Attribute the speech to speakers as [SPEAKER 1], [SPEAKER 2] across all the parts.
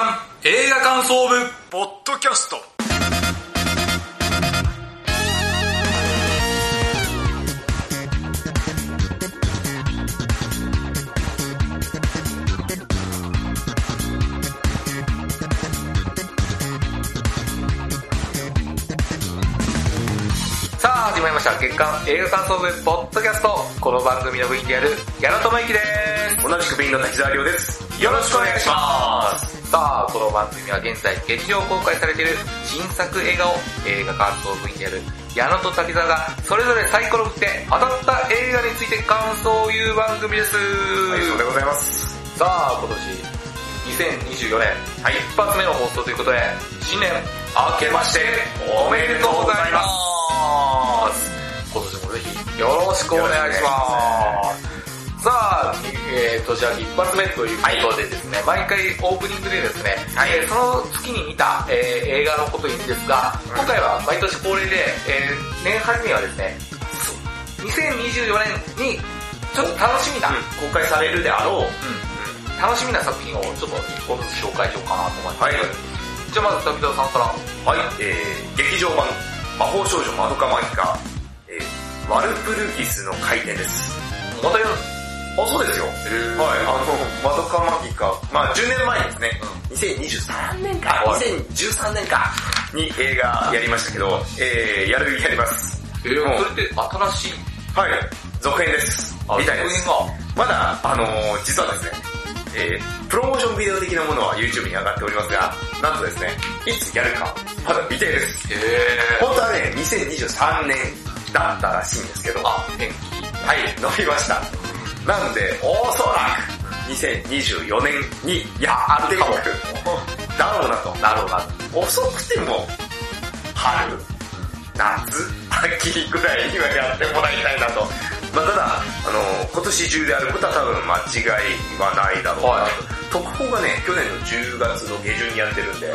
[SPEAKER 1] 映画感想部ポッドキャストさあ始まりました月刊映画感想部ポッドキャストこの番組の VTR 矢野智之です
[SPEAKER 2] 同じく便の滝沢亮です。
[SPEAKER 1] よろしくお願いしますさあ、この番組は現在劇場公開されている新作映画を映画感想 VTR 矢野と滝沢がそれぞれサイコロを振って当たった映画について感想を言う番組です。
[SPEAKER 2] はい、そうでございます。
[SPEAKER 1] さあ、今年2024年、はい、一発目の放送ということで、新年明けましておめでとうございます。今年もぜひよろしくお願いします。さあ、えー、年明け一発目ということでですね、毎回オープニングでですね、えーその月に見た、えー映画のこと言うんですが、今回は毎年恒例で、えー年始めはですね、2024年にちょっと楽しみな、
[SPEAKER 2] 公開されるであろう。
[SPEAKER 1] 楽しみな作品をちょっと一個ずつ紹介しようかなと思います。
[SPEAKER 2] はい
[SPEAKER 1] じゃあまず滝沢さんから。
[SPEAKER 2] はい、えー、劇場版、魔法少女マドカマギカ、えー、ワルプルギスの回転です。
[SPEAKER 1] またやる
[SPEAKER 2] あ、そうですよ。はい、あの、マドカマギカ、まあ10年前ですね、2023年か、
[SPEAKER 1] はい
[SPEAKER 2] 2013年か、に映画やりましたけど、えー、やる、やります。
[SPEAKER 1] えー
[SPEAKER 2] もう
[SPEAKER 1] それって新しい、
[SPEAKER 2] はい、続編です。みたいです。
[SPEAKER 1] 作
[SPEAKER 2] まだ、あのー実はですね、えー、プロモーションビデオ的なものは YouTube に上がっておりますが、なんとですね、いつやるか、まだ未定です。
[SPEAKER 1] 品が。え
[SPEAKER 2] 本当はね、2023年だったらしいんですけど、
[SPEAKER 1] ー。
[SPEAKER 2] は
[SPEAKER 1] あ、天
[SPEAKER 2] い、
[SPEAKER 1] 気。
[SPEAKER 2] 伸びました。なんで、おそらく、2024年にやっていく。だろうなと。
[SPEAKER 1] なるほどな。
[SPEAKER 2] 遅くても、春、夏、秋ぐらいにはやってもらいたいなと。まあ、ただ、あの、今年中であることは多分間違いはないだろうなと。
[SPEAKER 1] はい
[SPEAKER 2] 特報がね、去年の10月の下旬にやってるんで、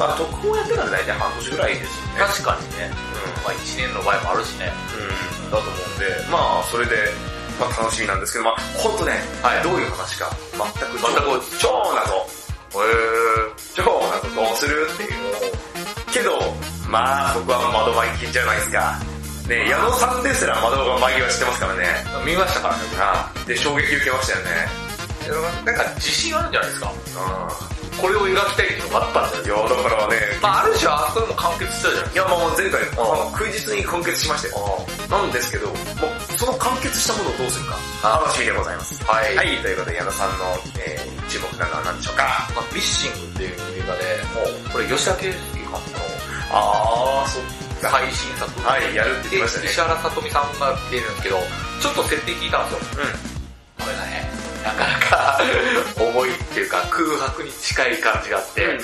[SPEAKER 2] まあ、特報やってから大体半年ぐらいですよね。
[SPEAKER 1] 確かにね。まあ一年の場合もあるしね。
[SPEAKER 2] うん、だと思うんで、まあ、それで、まあ、楽しみなんですけど、まあ、ほんとね、
[SPEAKER 1] はい
[SPEAKER 2] どういう話か、全く、
[SPEAKER 1] 全く
[SPEAKER 2] 超謎。
[SPEAKER 1] へえ
[SPEAKER 2] 超なことをするっていうけどまあそこは窓巻きじゃないですかね矢野さんですら窓巻きは知ってますからね
[SPEAKER 1] ー。見ましたからね。
[SPEAKER 2] ああで衝撃受けましたよね
[SPEAKER 1] なんか自信あるんじゃないですか。
[SPEAKER 2] う
[SPEAKER 1] これを描きたいっていうのがあったんじゃない
[SPEAKER 2] んいやだからね
[SPEAKER 1] まあある種はあそこでも完結したじ
[SPEAKER 2] いや
[SPEAKER 1] ゃない
[SPEAKER 2] もう前回
[SPEAKER 1] ああ
[SPEAKER 2] あの空日に完結しましたよなんですけどもうその完結したものをどうするか楽しみでございます
[SPEAKER 1] はい
[SPEAKER 2] はいということで矢野さんの、えー、注目なのは何でしょうか
[SPEAKER 1] まあ、フィッシングっていう映画で、もうこれ吉田圭介監督の
[SPEAKER 2] ああそ
[SPEAKER 1] 最新作。
[SPEAKER 2] はいやるって言
[SPEAKER 1] で、
[SPEAKER 2] ってましたね
[SPEAKER 1] 石原さとみさんが出るんですけど、ちょっと設定聞いたんですよ。これがね、なかなか重いっていうか空白に近い感じがあって、
[SPEAKER 2] うん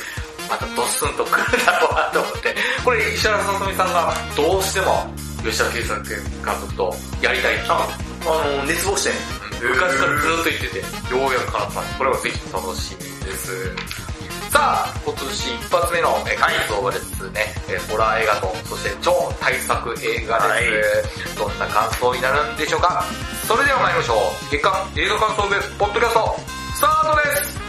[SPEAKER 1] またドスンとくるだろうなと思って、これ石原さとみさんがどうしても吉田圭作監督とやりたいって
[SPEAKER 2] あの熱望して
[SPEAKER 1] うん昔からずっと言ってて、ようやく叶ったんで、これはぜひ楽しみです。さあ、今年一発目のえ感想はですね、えホラー映画と、そして超大作映画です。どんな感想になるんでしょうかそれでは参りましょう。月間映画感想部ポッドキャスト、スタートです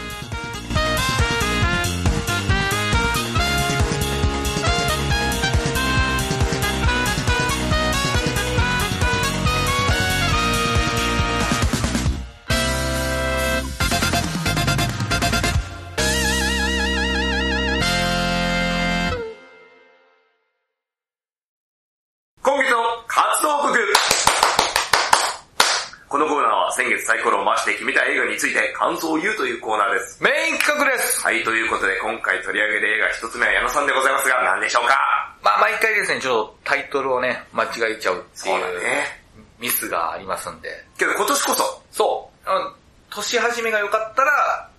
[SPEAKER 2] 今月の活動報告このコーナーは先月サイコロを回して決めた映画について感想を言うというコーナーです。
[SPEAKER 1] メイン企画です
[SPEAKER 2] はい、ということで今回取り上げる映画一つ目は矢野さんでございますが何でしょうか
[SPEAKER 1] まあ毎回ですね、ちょっとタイトルをね、間違えちゃうってい
[SPEAKER 2] そううだね
[SPEAKER 1] ミスがありますんで。
[SPEAKER 2] けど今年こそ、
[SPEAKER 1] そう。あの年始めが良かったら、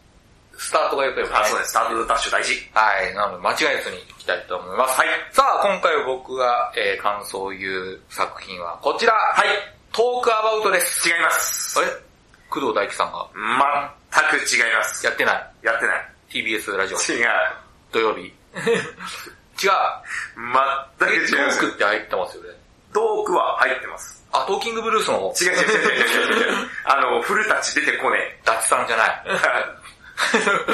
[SPEAKER 1] スタートが良ければ、
[SPEAKER 2] あ、
[SPEAKER 1] ね。
[SPEAKER 2] そうです、スタートダッシュ大事。
[SPEAKER 1] はい。なので、間違えずにいきたいと思います。
[SPEAKER 2] はい。
[SPEAKER 1] さあ、今回僕が、えー、感想を言う作品はこちら。はいトークアバウトです。
[SPEAKER 2] 違います。
[SPEAKER 1] あれ工藤大輝さんが
[SPEAKER 2] 全く違います。
[SPEAKER 1] やってない。
[SPEAKER 2] やってない。
[SPEAKER 1] TBS ラジオ。
[SPEAKER 2] 違う。
[SPEAKER 1] 土 曜日。違う。
[SPEAKER 2] 全く
[SPEAKER 1] えト
[SPEAKER 2] 違いま
[SPEAKER 1] ー
[SPEAKER 2] す。
[SPEAKER 1] クって入ってますよね。
[SPEAKER 2] トークは入ってます。
[SPEAKER 1] あ、トーキングブルースの方。
[SPEAKER 2] 違う違う違う違う違う。あの、古たち出てこね
[SPEAKER 1] ダチさんじゃない。
[SPEAKER 2] え。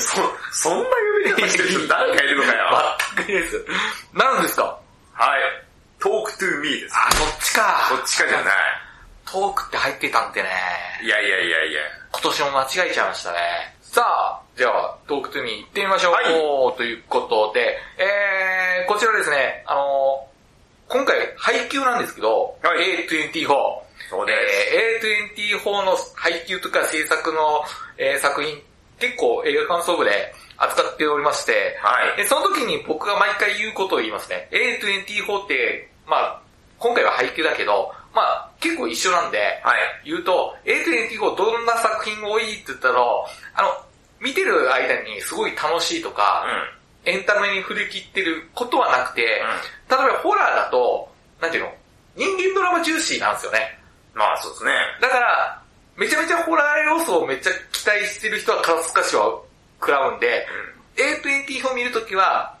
[SPEAKER 2] そ、そんな呼び方してる人誰かいるのかよ。
[SPEAKER 1] 全くいないです。何ですか
[SPEAKER 2] はい。talk to me です。
[SPEAKER 1] あ、そっちか。
[SPEAKER 2] こっちかじゃない。
[SPEAKER 1] トークって入ってたんでね。
[SPEAKER 2] いやいやいやいや。
[SPEAKER 1] 今年も間違えちゃいましたね。さあ、じゃあ、トークトゥーミー行ってみましょう。
[SPEAKER 2] はい
[SPEAKER 1] ということで、えー、こちらですね、あのー今回、配給なんですけど、
[SPEAKER 2] はい
[SPEAKER 1] A24。
[SPEAKER 2] そうで
[SPEAKER 1] えー、A24 の配給とか制作の、えー作品、結構映画感想部で扱っておりまして、
[SPEAKER 2] はい
[SPEAKER 1] でその時に僕が毎回言うことを言いますね。A24 って、まあ今回は配給だけど、まあ結構一緒なんで、
[SPEAKER 2] はい。
[SPEAKER 1] 言うと、A24 どんな作品が多いって言ったら、あの、見てる間にすごい楽しいと
[SPEAKER 2] う
[SPEAKER 1] か、
[SPEAKER 2] ん。
[SPEAKER 1] エンタメに振り切ってることはなくて、
[SPEAKER 2] うん
[SPEAKER 1] 例えばホラーだと、なんていうの、人間ドラマ重視なんですよね。
[SPEAKER 2] まあそうですね。
[SPEAKER 1] だから、めちゃめちゃホラー要素をめっちゃ期待してる人は肩透かしは食らうんで、A24 見るときは、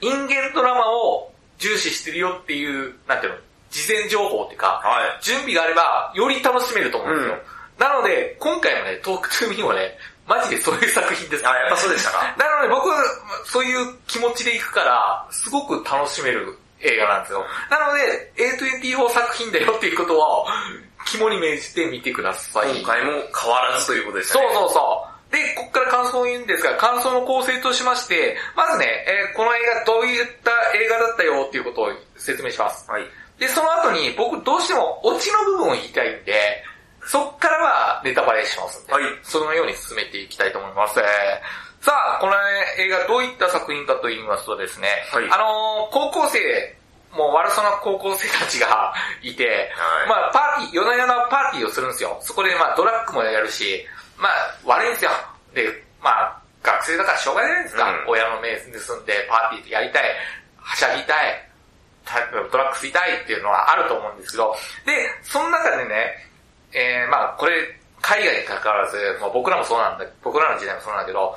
[SPEAKER 1] 人間ドラマを重視してるよっていう、なんていうの、事前情報っていうか、
[SPEAKER 2] は
[SPEAKER 1] 準備があれば、より楽しめると思うんですよ。
[SPEAKER 2] うん
[SPEAKER 1] なので、今回のね、トークトゥーミーはね、マジでそういう作品です。
[SPEAKER 2] い。あ、やっぱそうでしたか。
[SPEAKER 1] なので僕は、そういう気持ちで行くから、すごく楽しめる映画なんですよ。なので、A24 作品だよっていうことを、肝に銘じて見てください。
[SPEAKER 2] 今回も変わらずということでした
[SPEAKER 1] そう
[SPEAKER 2] ね。う。
[SPEAKER 1] そうそう。で、ここから感想を言うんですが、感想の構成としまして、まずね、えーこの映画どういった映画だったよっていうことを説明します。
[SPEAKER 2] はい。
[SPEAKER 1] で、その後に僕どうしてもオチの部分を言いたいんで、そっからはネタバレしますんで、
[SPEAKER 2] はい
[SPEAKER 1] そのように進めていきたいと思います。えーさあ、この映画どういった作品かと言いますとですね、
[SPEAKER 2] はい
[SPEAKER 1] あのー高校生、もう悪そうな高校生たちが いて、
[SPEAKER 2] はい
[SPEAKER 1] まあパーティー、夜な夜なパーティーをするんですよ。そこでまあドラッグもやるし、まあ悪いんですよ。で、まあ学生だからしょうがないじゃないですか。
[SPEAKER 2] うん
[SPEAKER 1] 親の目盗んでパーティーやりたい、はしゃぎたい、タイプのドラッグ吸いたいっていうのはあると思うんですけど、で、その中でね、えー、まあこれ、海外に関わらず、まあ、僕らもそうなんだ、僕らの時代もそうなんだけど、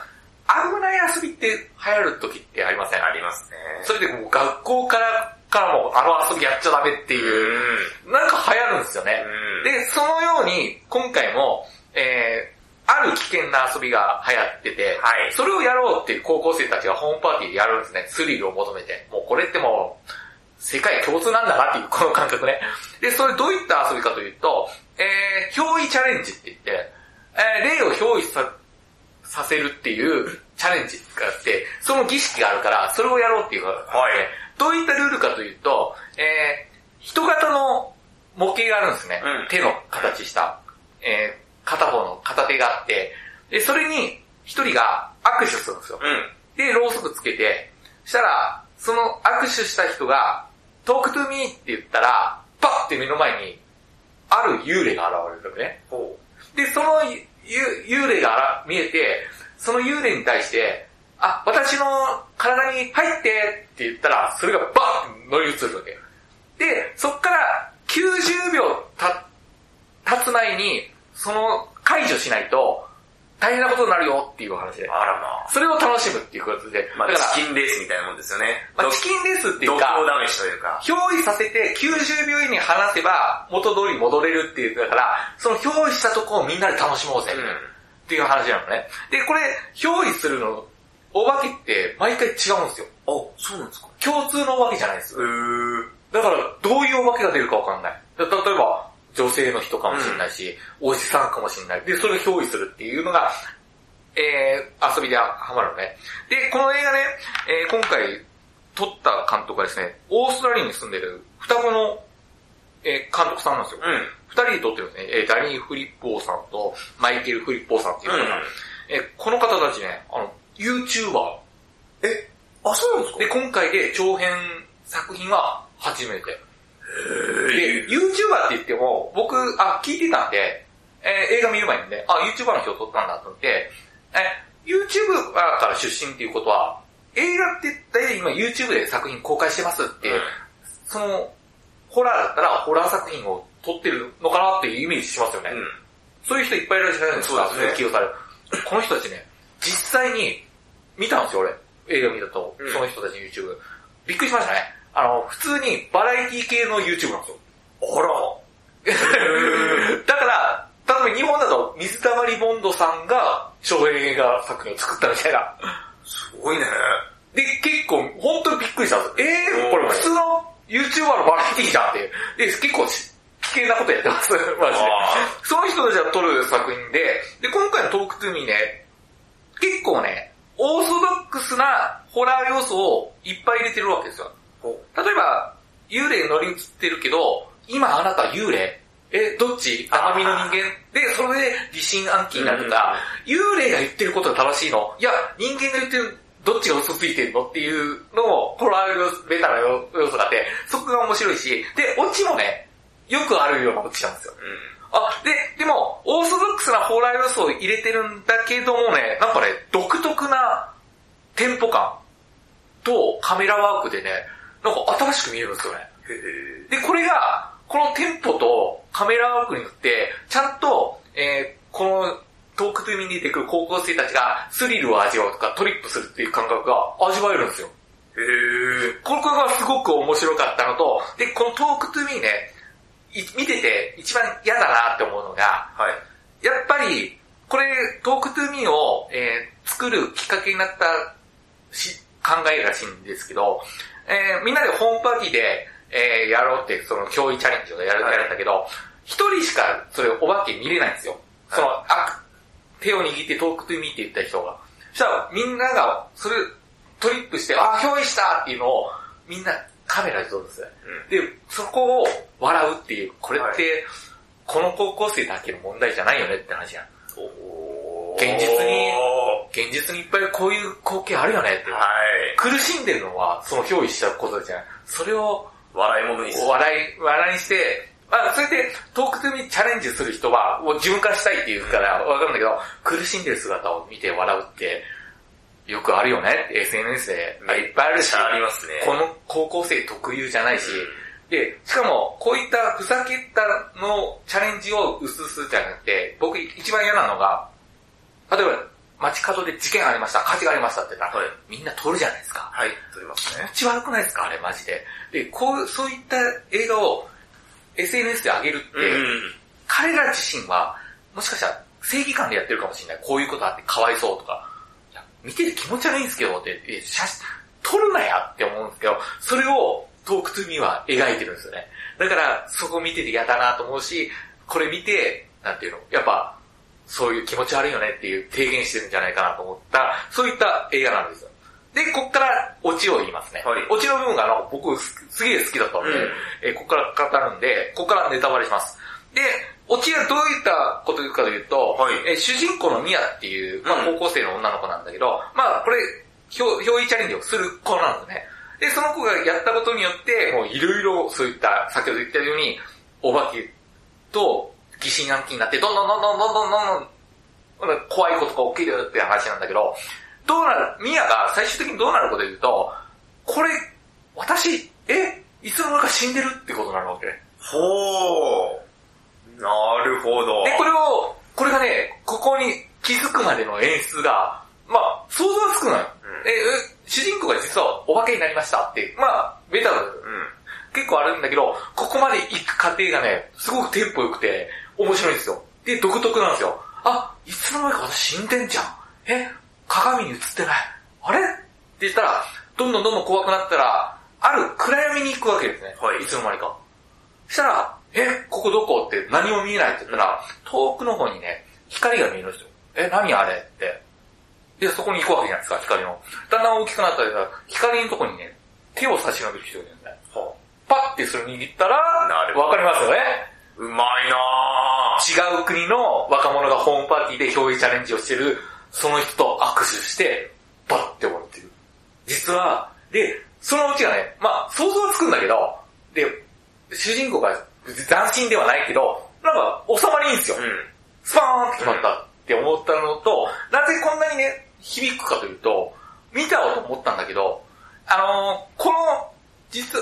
[SPEAKER 1] 危ない遊びって流行る時ってありません
[SPEAKER 2] ありますね。
[SPEAKER 1] それでもう学校から、からもあの遊びやっちゃダメって
[SPEAKER 2] う
[SPEAKER 1] いう、なんか流行るんですよね。
[SPEAKER 2] ん。
[SPEAKER 1] で、そのように、今回も、えー、ある危険な遊びが流行ってて、
[SPEAKER 2] はい
[SPEAKER 1] それをやろうっていう高校生たちがホームパーティーでやるんですね。スリルを求めて。もうこれってもう、世界共通なんだなっていう、この感覚ね。で、それどういった遊びかというと、えー、憑依チャレンジって言って、えー、霊を憑依さ、させるっていうチャレンジがあって、その儀式があるから、それをやろうっていうことなんですね
[SPEAKER 2] はい
[SPEAKER 1] どういったルールかというと、えー、人型の模型があるんですね。
[SPEAKER 2] うん
[SPEAKER 1] 手の形した、えー、片方の片手があって、で、それに一人が握手するんですよ。
[SPEAKER 2] うん。
[SPEAKER 1] で、ろうそくつけて、したら、その握手した人が、トークトゥーミーって言ったら、パッて目の前に、ある幽霊が現れるのね。
[SPEAKER 2] ほ
[SPEAKER 1] で、そのゆ幽霊があら見えて、その幽霊に対して、あ、私の体に入ってって言ったら、それがバン乗り移るわけ。で、そっから90秒た、経つ前に、その解除しないと、大変なことになるよっていう話で
[SPEAKER 2] う。。あらまあ。
[SPEAKER 1] それを楽しむっていうことで。
[SPEAKER 2] ま
[SPEAKER 1] だ
[SPEAKER 2] あ
[SPEAKER 1] から、
[SPEAKER 2] チキンレースみたいなもんですよね。
[SPEAKER 1] まあチキンレースってい
[SPEAKER 2] 度
[SPEAKER 1] うか、
[SPEAKER 2] 胸試しというか。
[SPEAKER 1] 憑依させて90秒以内に離せば元通り戻れるっていう、だから、その憑依したとこをみんなで楽しもうぜ
[SPEAKER 2] うん。
[SPEAKER 1] っていう話なのね。で、これ、憑依するの、お化けって毎回違うんですよ。
[SPEAKER 2] あ、そうなんですか
[SPEAKER 1] 共通のお化けじゃないんですよ。
[SPEAKER 2] うー。
[SPEAKER 1] だから、どういうお化けが出るかわかんない。だ例えば、女性の人かもしれないし、おじさんかもしれない。で、それを憑依するっていうのが、えー、遊びでハマるのね。で、この映画ね、えー、今回、撮った監督がですね、オーストラリアに住んでる双子の、えー、監督さんなんですよ。
[SPEAKER 2] うん。
[SPEAKER 1] 二人で撮ってるんですね。えー、ダリー・フリッポーさんと、マイケル・フリッポーさんっていう人が、えーこの方たちね、あの、YouTuber。
[SPEAKER 2] え、あ、そうなんです
[SPEAKER 1] で、今回で長編作品は初めて。で、
[SPEAKER 2] え
[SPEAKER 1] YouTuber って言っても、僕、あ、聞いてたんで、えー映画見る前にね、あ、YouTuber の人取ったんだと思って、え、YouTuber から出身っていうことは、映画って大体今 YouTube で作品公開してますって、
[SPEAKER 2] うん
[SPEAKER 1] その、ホラーだったらホラー作品を撮ってるのかなっていうイメージしますよね。
[SPEAKER 2] うん。
[SPEAKER 1] そういう人いっぱいいらっしゃるんですか
[SPEAKER 2] そ
[SPEAKER 1] そう
[SPEAKER 2] ですね
[SPEAKER 1] ういう起用される。この人たちね、実際に見たんですよ、俺。映画見たと
[SPEAKER 2] うん、
[SPEAKER 1] その人たちの YouTube。びっくりしましたね。あの、普通にバラエティ系の YouTube なんですよ。
[SPEAKER 2] あ ら。
[SPEAKER 1] だから、例えば日本だと水溜りボンドさんが翔平が作品を作ったみたいな。
[SPEAKER 2] すごいね。
[SPEAKER 1] で、結構、本当にびっくりしたんです。え
[SPEAKER 2] う
[SPEAKER 1] ー、
[SPEAKER 2] ん
[SPEAKER 1] これ普通の YouTuber のバラエティじゃんっていう。で、結構し危険なことやってます。マ ジで
[SPEAKER 2] あ。
[SPEAKER 1] その人たちが撮る作品で、で、今回のトークトゥーミーね、結構ね、オーソドックスなホラー要素をいっぱい入れてるわけですよ。例えば、幽霊乗り移ってるけど、今あなた幽霊え、どっち甘みの人間で、それで疑心暗鬼になるとか、幽霊が言ってることが正しいのいや、人間が言ってる、どっちが嘘ついてんのっていうのも、ホラー要素ベタな要要素があって、そこが面白いし、で、オチもね、よくあるようなオチなんですよ。
[SPEAKER 2] う
[SPEAKER 1] あ、で、でも、オーソドックスなホラー要素を入れてるんだけどもね、なんかね、独特なテンポ感とカメラワークでね、なんか新しく見えるんですよね。
[SPEAKER 2] ん。へ
[SPEAKER 1] で、これが、このテンポとカメラワークによって、ちゃんと、えーこのトークトゥーミーに出てくる高校生たちがスリルを味わうとかトリップするっていう感覚が味わえるんですよ。
[SPEAKER 2] え。へえ。
[SPEAKER 1] これがすごく面白かったのと、で、このトークトゥーミーね、い見てて一番嫌だなって思うのが、
[SPEAKER 2] はい。
[SPEAKER 1] やっぱり、これ、トークトゥーミーを、えー作るきっかけになったし考えらしいんですけど、えーみんなでホームパーティーで、えーやろうって、その、脅威チャレンジをやる
[SPEAKER 2] はい
[SPEAKER 1] やるんだけど、一、人しか、それ、お化け見れないんですよ。その、あ手を握ってトークトゥーミーって言った人が。そしたら、みんなが、それ、トリップして、あー、憑依したっていうのを、みんなカメラで撮るんですよ。
[SPEAKER 2] うん。
[SPEAKER 1] で、そこを笑うっていう、これって、この高校生だけの問題じゃないよねって話やん。
[SPEAKER 2] お
[SPEAKER 1] 現実に現実にいっぱいこういう光景あるよねって。
[SPEAKER 2] はい。
[SPEAKER 1] 苦しんでるのは、その憑依したことじゃない。それを
[SPEAKER 2] 笑い物にする。
[SPEAKER 1] 笑い、笑いにして、まあ、それで、トークトゥーミーチャレンジする人は、もう自分化したいって言うから、わかるんだけど、苦しんでる姿を見て笑うって、よくあるよねって SNS で、あいっぱいあるし、
[SPEAKER 2] ありますね。
[SPEAKER 1] この高校生特有じゃないし、で、しかも、こういったふざけたのチャレンジを薄々じゃなくて、僕一番嫌なのが、例えば、街角で事件ありました、火事がありましたって言ったら、
[SPEAKER 2] はい
[SPEAKER 1] みんな撮るじゃないですか。
[SPEAKER 2] はい、撮りますね。
[SPEAKER 1] 口悪くないですかあれマジで。で、こう、そういった映画を SNS で上げるって、
[SPEAKER 2] うん。
[SPEAKER 1] 彼ら自身は、もしかしたら正義感でやってるかもしれない。こういうことあってかわいそうとか。いや見てて気持ち悪いんですけどって、え写真、撮るなやって思うんですけど、それをトークトゥーミーは描いてるんですよね。だから、そこ見てて嫌だなと思うし、これ見て、なんていうの、やっぱ、そういう気持ち悪いよねっていう提言してるんじゃないかなと思った、そういった映画なんですよ。で、こっからオチを言いますね。
[SPEAKER 2] はい
[SPEAKER 1] オチの部分がなんか僕すすげえ好きだったので、
[SPEAKER 2] うん
[SPEAKER 1] えーここから語るんで、ここからネタバレします。で、オチはどういったことかというと、
[SPEAKER 2] はい
[SPEAKER 1] えー主人公のミヤっていう、まあ、
[SPEAKER 2] う
[SPEAKER 1] 高校生の女の子なんだけど、まあこれ、表意チャレンジをする子なんですね。で、その子がやったことによって、もういろいろそういった、先ほど言ったように、お化けと疑心暗鬼になって、どんどんどんどんどんどんどんどん怖いことが起きるって話なんだけど、どうなる、ミヤが最終的にどうなること言うと、これ、私、え、いつの間にか死んでるってことになるわけ。
[SPEAKER 2] ほう。なるほど。
[SPEAKER 1] で、これを、これがね、ここに気づくまでの演出が、まあ、想像はつくのよ。
[SPEAKER 2] うん
[SPEAKER 1] でえ主人公が実はお化けになりましたって、まあ、ベタだよ
[SPEAKER 2] うん。
[SPEAKER 1] 結構あるんだけど、ここまで行く過程がね、すごくテンポ良くて、面白いんですよ。で、独特なんですよ。あ、いつの間にか私死んでんじゃん。え、鏡に映ってない。あれって言ったら、どんどんどんどん怖くなったら、ある暗闇に行くわけですね。
[SPEAKER 2] はい
[SPEAKER 1] いつの間にか。そしたら、え、ここどこって何も見えないって言ったら、遠くの方にね、光が見えるんですよ。え、何あれって。で、そこに行くわけじゃないですか、光の。だんだん大きくなったら、光のとこにね、手を差し伸べる人がいるんだよね。
[SPEAKER 2] ほ
[SPEAKER 1] パッてそれ握ったら、
[SPEAKER 2] なるほど
[SPEAKER 1] わかりますよね。
[SPEAKER 2] う。うまいなぁ。
[SPEAKER 1] 違う国の若者がホームパーティーで表現チャレンジをしてる、その人と握手して、バッて終わるっていう。実は、で、そのうちがね、まあ想像はつくんだけど、で、主人公が斬新ではないけど、なんか収まりいいんですよ。
[SPEAKER 2] うん。
[SPEAKER 1] スパーンって決まったって思ったのと、なぜこんなにね、響くかというと、見たわと思ったんだけど、あのーこの、実、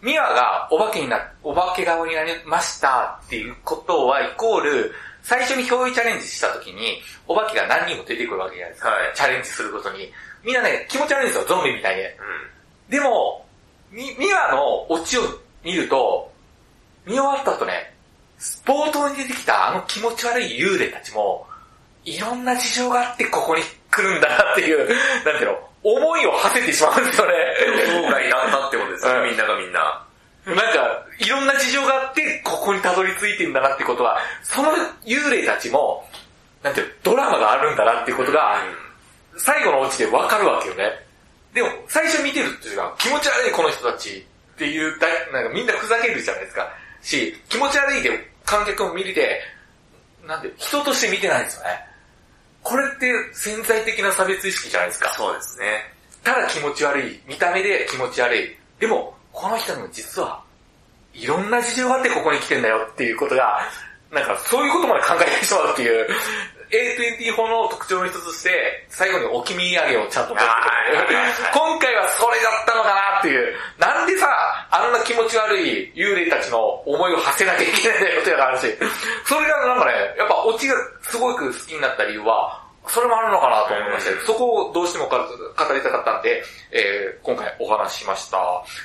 [SPEAKER 1] ミアがお化けにな、お化け顔になりましたっていうことは、イコール、最初に憑依チャレンジした時に、お化けが何人も出てくるわけじゃないですか。
[SPEAKER 2] はい
[SPEAKER 1] チャレンジすることに。みんなね、気持ち悪いんですよ、ゾンビみたいに。
[SPEAKER 2] う
[SPEAKER 1] でも、み、ミアのオチを見ると、見終わった後ね、冒頭に出てきたあの気持ち悪い幽霊たちも、いろんな事情があってここに来るんだなっていう、 なんていうの、思いを馳せてしまうんですよね。
[SPEAKER 2] そうがいなんだってことですよ
[SPEAKER 1] うん
[SPEAKER 2] ね、みんながみんな。
[SPEAKER 1] なんか、いろんな事情があって、ここにたどり着いてんだなってことは、その幽霊たちも、なんていうのドラマがあるんだなってことが、最後のオチでわかるわけよね。でも、最初見てるっていうのは、気持ち悪いこの人たちっていうだ、なんかみんなふざけるじゃないですか。し、気持ち悪いで観客も見れて、なんで、人として見てないんですよね。これって潜在的な差別意識じゃないですか。
[SPEAKER 2] そうですね。
[SPEAKER 1] ただ気持ち悪い。見た目で気持ち悪い。でも、この人にも実は、いろんな事情があってここに来てんだよっていうことが、なんかそういうことまで考えてしまうっていう、A24 の特徴の一つとして、最後に置き土産をちゃんと持ってくる
[SPEAKER 2] はいはいはいはい
[SPEAKER 1] 今回はそれだったのかなっていう、なんでさ、あんな気持ち悪い幽霊たちの思いを馳せなきゃいけないんだよっていう話。それがなんかね、やっぱオチがすごく好きになった理由は、それもあるのかなと思いましたよそこをどうしてもか語りたかったんで、えー今回お話ししました。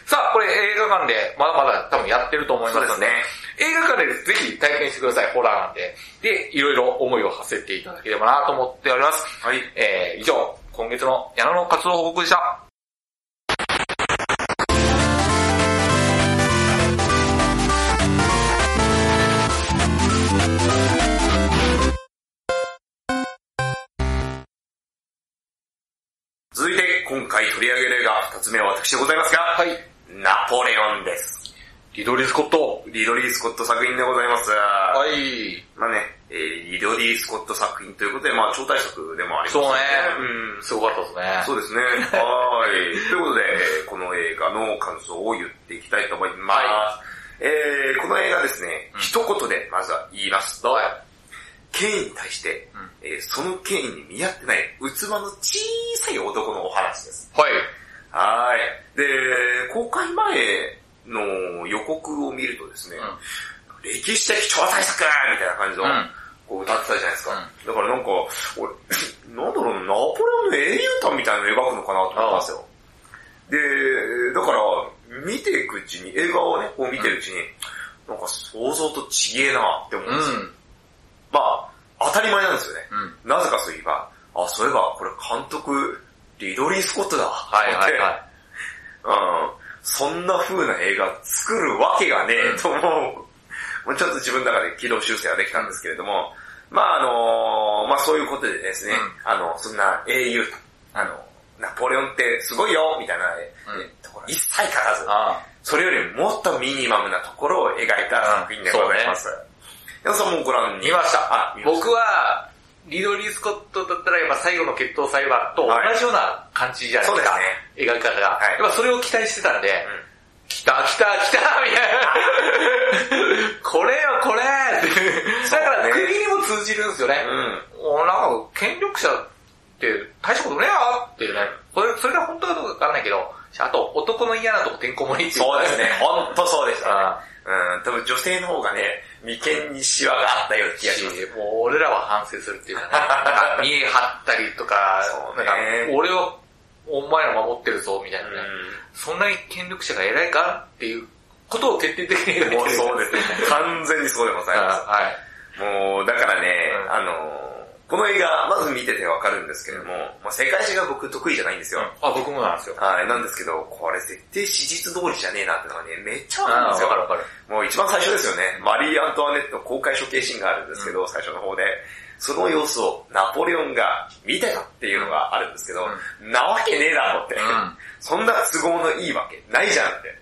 [SPEAKER 1] さあ、これ映画館でまだまだ多分やってると思います
[SPEAKER 2] そ
[SPEAKER 1] の
[SPEAKER 2] う
[SPEAKER 1] で、
[SPEAKER 2] ですね。
[SPEAKER 1] 映画館でぜひ体験してください、ホラーなんで。で、いろいろ思いを馳せていただければなと思っております。
[SPEAKER 2] はい。
[SPEAKER 1] えー、以上、今月の矢野の活動報告でした。
[SPEAKER 2] 続いて、今回取り上げる映画、二つ目は私でございますが、
[SPEAKER 1] はい。
[SPEAKER 2] ナポレオンです。
[SPEAKER 1] リドリー・スコット。
[SPEAKER 2] リドリー・スコット作品でございます。
[SPEAKER 1] はい。
[SPEAKER 2] まあね、えーリドリー・スコット作品ということで、まあ超大作でもあります
[SPEAKER 1] そうね。
[SPEAKER 2] うん
[SPEAKER 1] うん、すごかったですね。
[SPEAKER 2] そうですね。はい。ということで、えーこの映画の感想を言っていきたいと思います。
[SPEAKER 1] は
[SPEAKER 2] えーこの映画ですね、
[SPEAKER 1] うん
[SPEAKER 2] 一言でまずは言いますと、権威に対して、
[SPEAKER 1] うん
[SPEAKER 2] えーその権威に見合ってない器の小さい男のお話です。
[SPEAKER 1] はい。
[SPEAKER 2] はい。で、公開前の予告を見るとですね、歴史的超大作みたいな感じの、
[SPEAKER 1] うん
[SPEAKER 2] こう歌ってたじゃないですか。だからなんか、俺、なんだろうな、ナポレオンの英雄譚みたいなの描くのかなと思ったんですよ。で、だから、見ていくうちに、映画をね、こう見てるうちに、なんか想像とちげえなって思うん
[SPEAKER 1] う
[SPEAKER 2] で
[SPEAKER 1] ん。
[SPEAKER 2] すよ。まあ、当たり前なんですよね。
[SPEAKER 1] うん。
[SPEAKER 2] なぜかといえば、あ、そういえばこれ監督、リドリー・スコットだ。
[SPEAKER 1] はいはいはい。
[SPEAKER 2] うん。そんな風な映画作るわけがね
[SPEAKER 1] うん
[SPEAKER 2] えと思う。もうちょっと自分の中で軌道修正はできたんですけれども、まああのまあそういうことでですね、
[SPEAKER 1] う
[SPEAKER 2] あの、そんな英雄、あの、ナポレオンってすごいよみたいな、
[SPEAKER 1] うん
[SPEAKER 2] えところ一切書かず、
[SPEAKER 1] あ
[SPEAKER 2] それよりもっとミニマムなところを描いた作品でございます。皆さんもご覧に。
[SPEAKER 1] 見ました。
[SPEAKER 2] あ、見ました
[SPEAKER 1] 僕は、リドリー・スコットだったら、やっぱ最後の決闘裁判と同
[SPEAKER 2] はい
[SPEAKER 1] じような感じじゃない
[SPEAKER 2] そう
[SPEAKER 1] で
[SPEAKER 2] ですすね。
[SPEAKER 1] か。描き方が。
[SPEAKER 2] はい
[SPEAKER 1] やっぱそれを期待してたんで、
[SPEAKER 2] うん
[SPEAKER 1] 来た来た来たみたいな。 これよこれって。だから、
[SPEAKER 2] そうね
[SPEAKER 1] 国にも通じるんですよね。
[SPEAKER 2] うん。
[SPEAKER 1] おなんか、権力者って大したことねえなっていうね。それ、それが本当かどうかわかんないけど、あと、男の嫌なとこてんこ盛りってい
[SPEAKER 2] そう ですね。ほんとそうでした、ね。
[SPEAKER 1] あ
[SPEAKER 2] うん、多分女性の方がね、眉間にシワがあったような気がします。
[SPEAKER 1] もう俺らは反省する っていうかね、なんか見え張ったりとか、
[SPEAKER 2] そう
[SPEAKER 1] な
[SPEAKER 2] ね
[SPEAKER 1] んか俺はお前ら守ってるぞみたいなね、そんなに権力者が偉いかっていうことを徹底的に
[SPEAKER 2] うん
[SPEAKER 1] 描いて
[SPEAKER 2] もう
[SPEAKER 1] る。
[SPEAKER 2] そうですね。完全にそうでございま
[SPEAKER 1] あはい。
[SPEAKER 2] す。もう、だからね、
[SPEAKER 1] うん
[SPEAKER 2] あのー、この映画、まず見ててわかるんですけども、まあ、世界史が僕得意じゃないんですよ。
[SPEAKER 1] あ、僕もなんですよ。
[SPEAKER 2] はい、なんですけど、これ絶対史実通りじゃねえなってのがね、めっちゃわかるん
[SPEAKER 1] あ
[SPEAKER 2] ですよ
[SPEAKER 1] わか。るわかる。
[SPEAKER 2] もう一番最初ですよね。マリー・アントワネットの公開処刑シーンがあるんですけど、最初の方で。その様子をナポレオンが見てたっていうのがあるんですけど、なわけねえだろって。そんな都合のいいわけないじゃんって。
[SPEAKER 1] う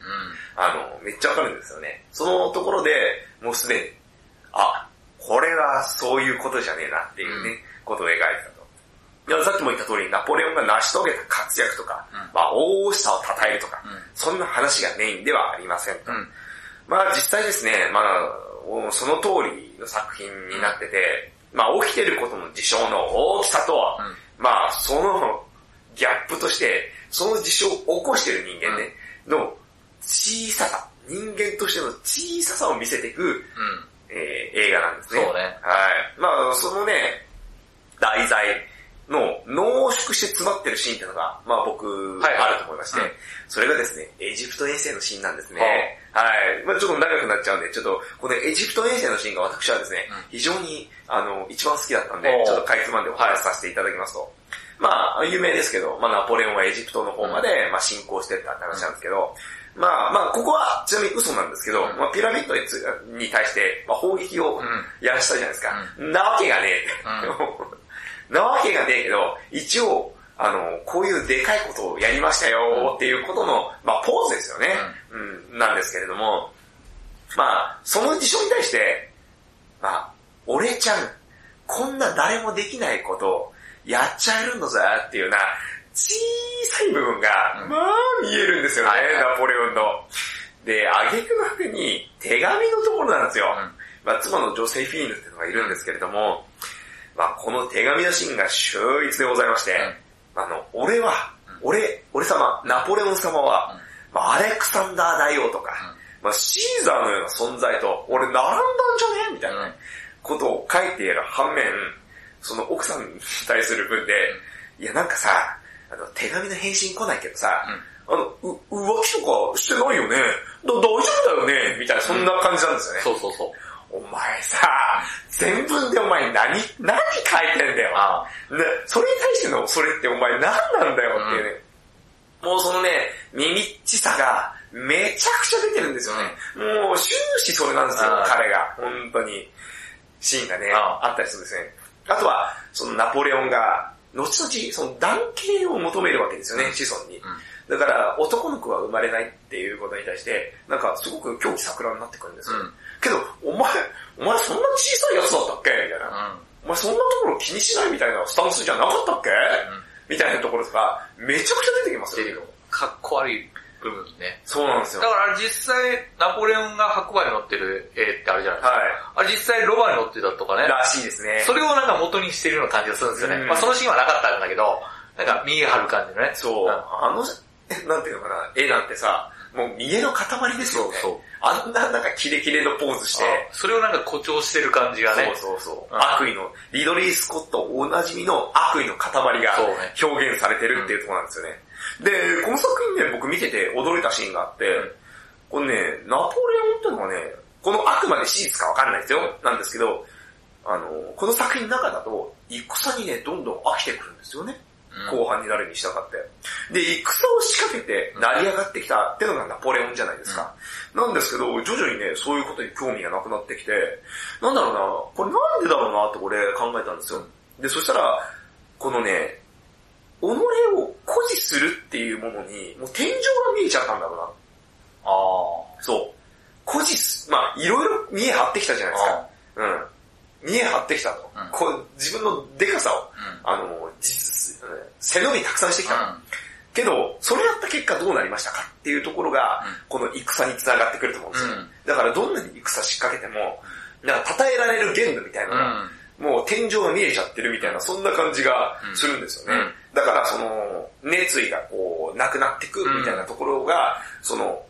[SPEAKER 2] あの、めっちゃわかるんですよね。そのところでもうすでに、あ、これはそういうことじゃねえなっていうね、
[SPEAKER 1] う
[SPEAKER 2] ことを描いてたと。いやさっきも言った通り、ナポレオンが成し遂げた活躍とか、
[SPEAKER 1] うん
[SPEAKER 2] まあ、大しさを称えるとか、
[SPEAKER 1] ん。
[SPEAKER 2] そんな話がメインではありませんと。
[SPEAKER 1] うん。うん。
[SPEAKER 2] まあ実際ですね、まあ、おその通りの作品になってて、まあ起きてることの事象の大きさとは、まあそのギャップとして、その事象を起こしてる人間ね、の小ささ、人間としての小ささを見せていく、
[SPEAKER 1] うん。
[SPEAKER 2] えー映画なんです
[SPEAKER 1] そう
[SPEAKER 2] ね。
[SPEAKER 1] ね。
[SPEAKER 2] はい。まあそのね、題材の濃縮して詰まってるシーンっていうのが、まあ僕、
[SPEAKER 1] はいは
[SPEAKER 2] あ
[SPEAKER 1] い
[SPEAKER 2] ると思いまして、
[SPEAKER 1] うん
[SPEAKER 2] それがですね、エジプト遠征のシーンなんですね。はい。まあちょっと長くなっちゃうんで、ちょっと、このエジプト遠征のシーンが私はですね、非常に、あの、一番好きだったんで
[SPEAKER 1] おー、
[SPEAKER 2] ちょっとかいつまんでお話しさせていただきますと。まあ有名ですけど、まあナポレオンはエジプトの方まで、まあ進行してったって話なんですけど、まあまあここはちなみに嘘なんですけど、
[SPEAKER 1] うん
[SPEAKER 2] まあピラミッドにつに対して、まあ、砲撃を
[SPEAKER 1] う
[SPEAKER 2] やらしたじゃないですか。なわけがねえって。なわけがねえけど、一応、あの、こういうでかいことをやりましたよっていうことの、まあ、ポーズですよね、うんなんですけれども、まあ、その事象に対して、まあ、俺ちゃん、こんな誰もできないことをやっちゃえるんだぜっていうような、小さい部分が、
[SPEAKER 1] うん
[SPEAKER 2] まあ、見えるんですよね、
[SPEAKER 1] はいはい
[SPEAKER 2] ナポレオンの。で、挙句の果てに、手紙のところなんですよ。まあ、妻の女性フィーヌっていうのがいるんですけれども、まあ、この手紙のシーンが秀逸でございまして、あの、俺は、俺、俺様、ナポレオン様は、まあ、アレクサンダー大王とか、まあ、シーザーのような存在と、俺並んだんじゃねみたいなね、ことを書いている反面、その奥さんに対する分で、いや、なんかさ、あの、手紙の返信来ないけどさ、あの、う、浮気とかしてないよね。だ、大丈夫だよねみたいな、そんな感じなんですよね。
[SPEAKER 1] そうそうそう。
[SPEAKER 2] お前さ、全文でお前何、何書いてんだよ。
[SPEAKER 1] あ
[SPEAKER 2] ね、それに対してのそれってお前何なんだよっていうね。もうそのね、耳っちさがめちゃくちゃ出てるんですよね。もう終始それなんですよ
[SPEAKER 1] あ、ー
[SPEAKER 2] 彼が。本当に。シーンがね、
[SPEAKER 1] あ
[SPEAKER 2] あったりするんですね。あとは、そのナポレオンが、後々、その男系を求めるわけですよね、子孫に。だから、男の子は生まれないっていうことに対して、なんかすごく狂気桜になってくるんですよ。
[SPEAKER 1] うん
[SPEAKER 2] けど、お前、お前そんな小さいやつだったっけみたいな。
[SPEAKER 1] う
[SPEAKER 2] お前そんなところ気にしないみたいなスタンスじゃなかったっけ、みたいなところとか、めちゃくちゃ出てきます
[SPEAKER 1] ん。
[SPEAKER 2] よ
[SPEAKER 1] 出。るよ。かっこ悪い部分ね。
[SPEAKER 2] そうなんです
[SPEAKER 1] だ
[SPEAKER 2] よ。
[SPEAKER 1] か
[SPEAKER 2] はい。
[SPEAKER 1] らあれ実際、ナポレオンが白馬に乗ってる絵ってあるじゃないですか。あれ実際ロバに乗ってたとかね。
[SPEAKER 2] らしいですね。
[SPEAKER 1] それをなんか元にしてるような感じがするんですよね。
[SPEAKER 2] うん
[SPEAKER 1] まあそのシーンはなかったんだけど、なんか見え張る感じのね。
[SPEAKER 2] そう。
[SPEAKER 1] ん
[SPEAKER 2] あの、 なんていうのかな、絵なんてさ、もう見栄の塊ですよね。
[SPEAKER 1] そうそう
[SPEAKER 2] あんななんかキレキレのポーズして、
[SPEAKER 1] あそれをなんか誇張してる感じがね。
[SPEAKER 2] そうそうそう。
[SPEAKER 1] うん
[SPEAKER 2] 悪意の、リドリー・スコットおなじみの悪意の塊が
[SPEAKER 1] そうね
[SPEAKER 2] 表現されてるっていうところなんですよね。で、この作品ね、僕見てて驚いたシーンがあって、
[SPEAKER 1] うん
[SPEAKER 2] これね、ナポレオンってのがね、このあくまで史実かわかんないですよ、なんですけど、あの、この作品の中だと、戦にね、どんどん飽きてくるんですよね。
[SPEAKER 1] うん
[SPEAKER 2] 後半になるに従って。で、戦を仕掛けて成り上がってきたってのがナポレオンじゃないですか。なんですけど、徐々にね、そういうことに興味がなくなってきて、なんだろうな、これなんでだろうなって俺考えたんですよ。で、そしたら、このね、己を誇示するっていうものに、もう天井が見えちゃったんだろうな。
[SPEAKER 1] ああ。
[SPEAKER 2] そう。誇示す、まあ、いろいろ見え張ってきたじゃないですか。うん。見え張ってきたと。
[SPEAKER 1] うん
[SPEAKER 2] こう自分のデカさを、
[SPEAKER 1] うん
[SPEAKER 2] あの、実 背伸びたくさんしてきたの。
[SPEAKER 1] うん
[SPEAKER 2] けど、それやった結果どうなりましたかっていうところが、この戦につながってくると思うんですよ。
[SPEAKER 1] うん
[SPEAKER 2] だからどんなに戦仕掛けても、なんか称えられる限度みたいなのが、もう天井が見えちゃってるみたいな、そんな感じがするんですよね。
[SPEAKER 1] うんうん
[SPEAKER 2] だからその、熱意がこう、なくなってくみたいなところが、その、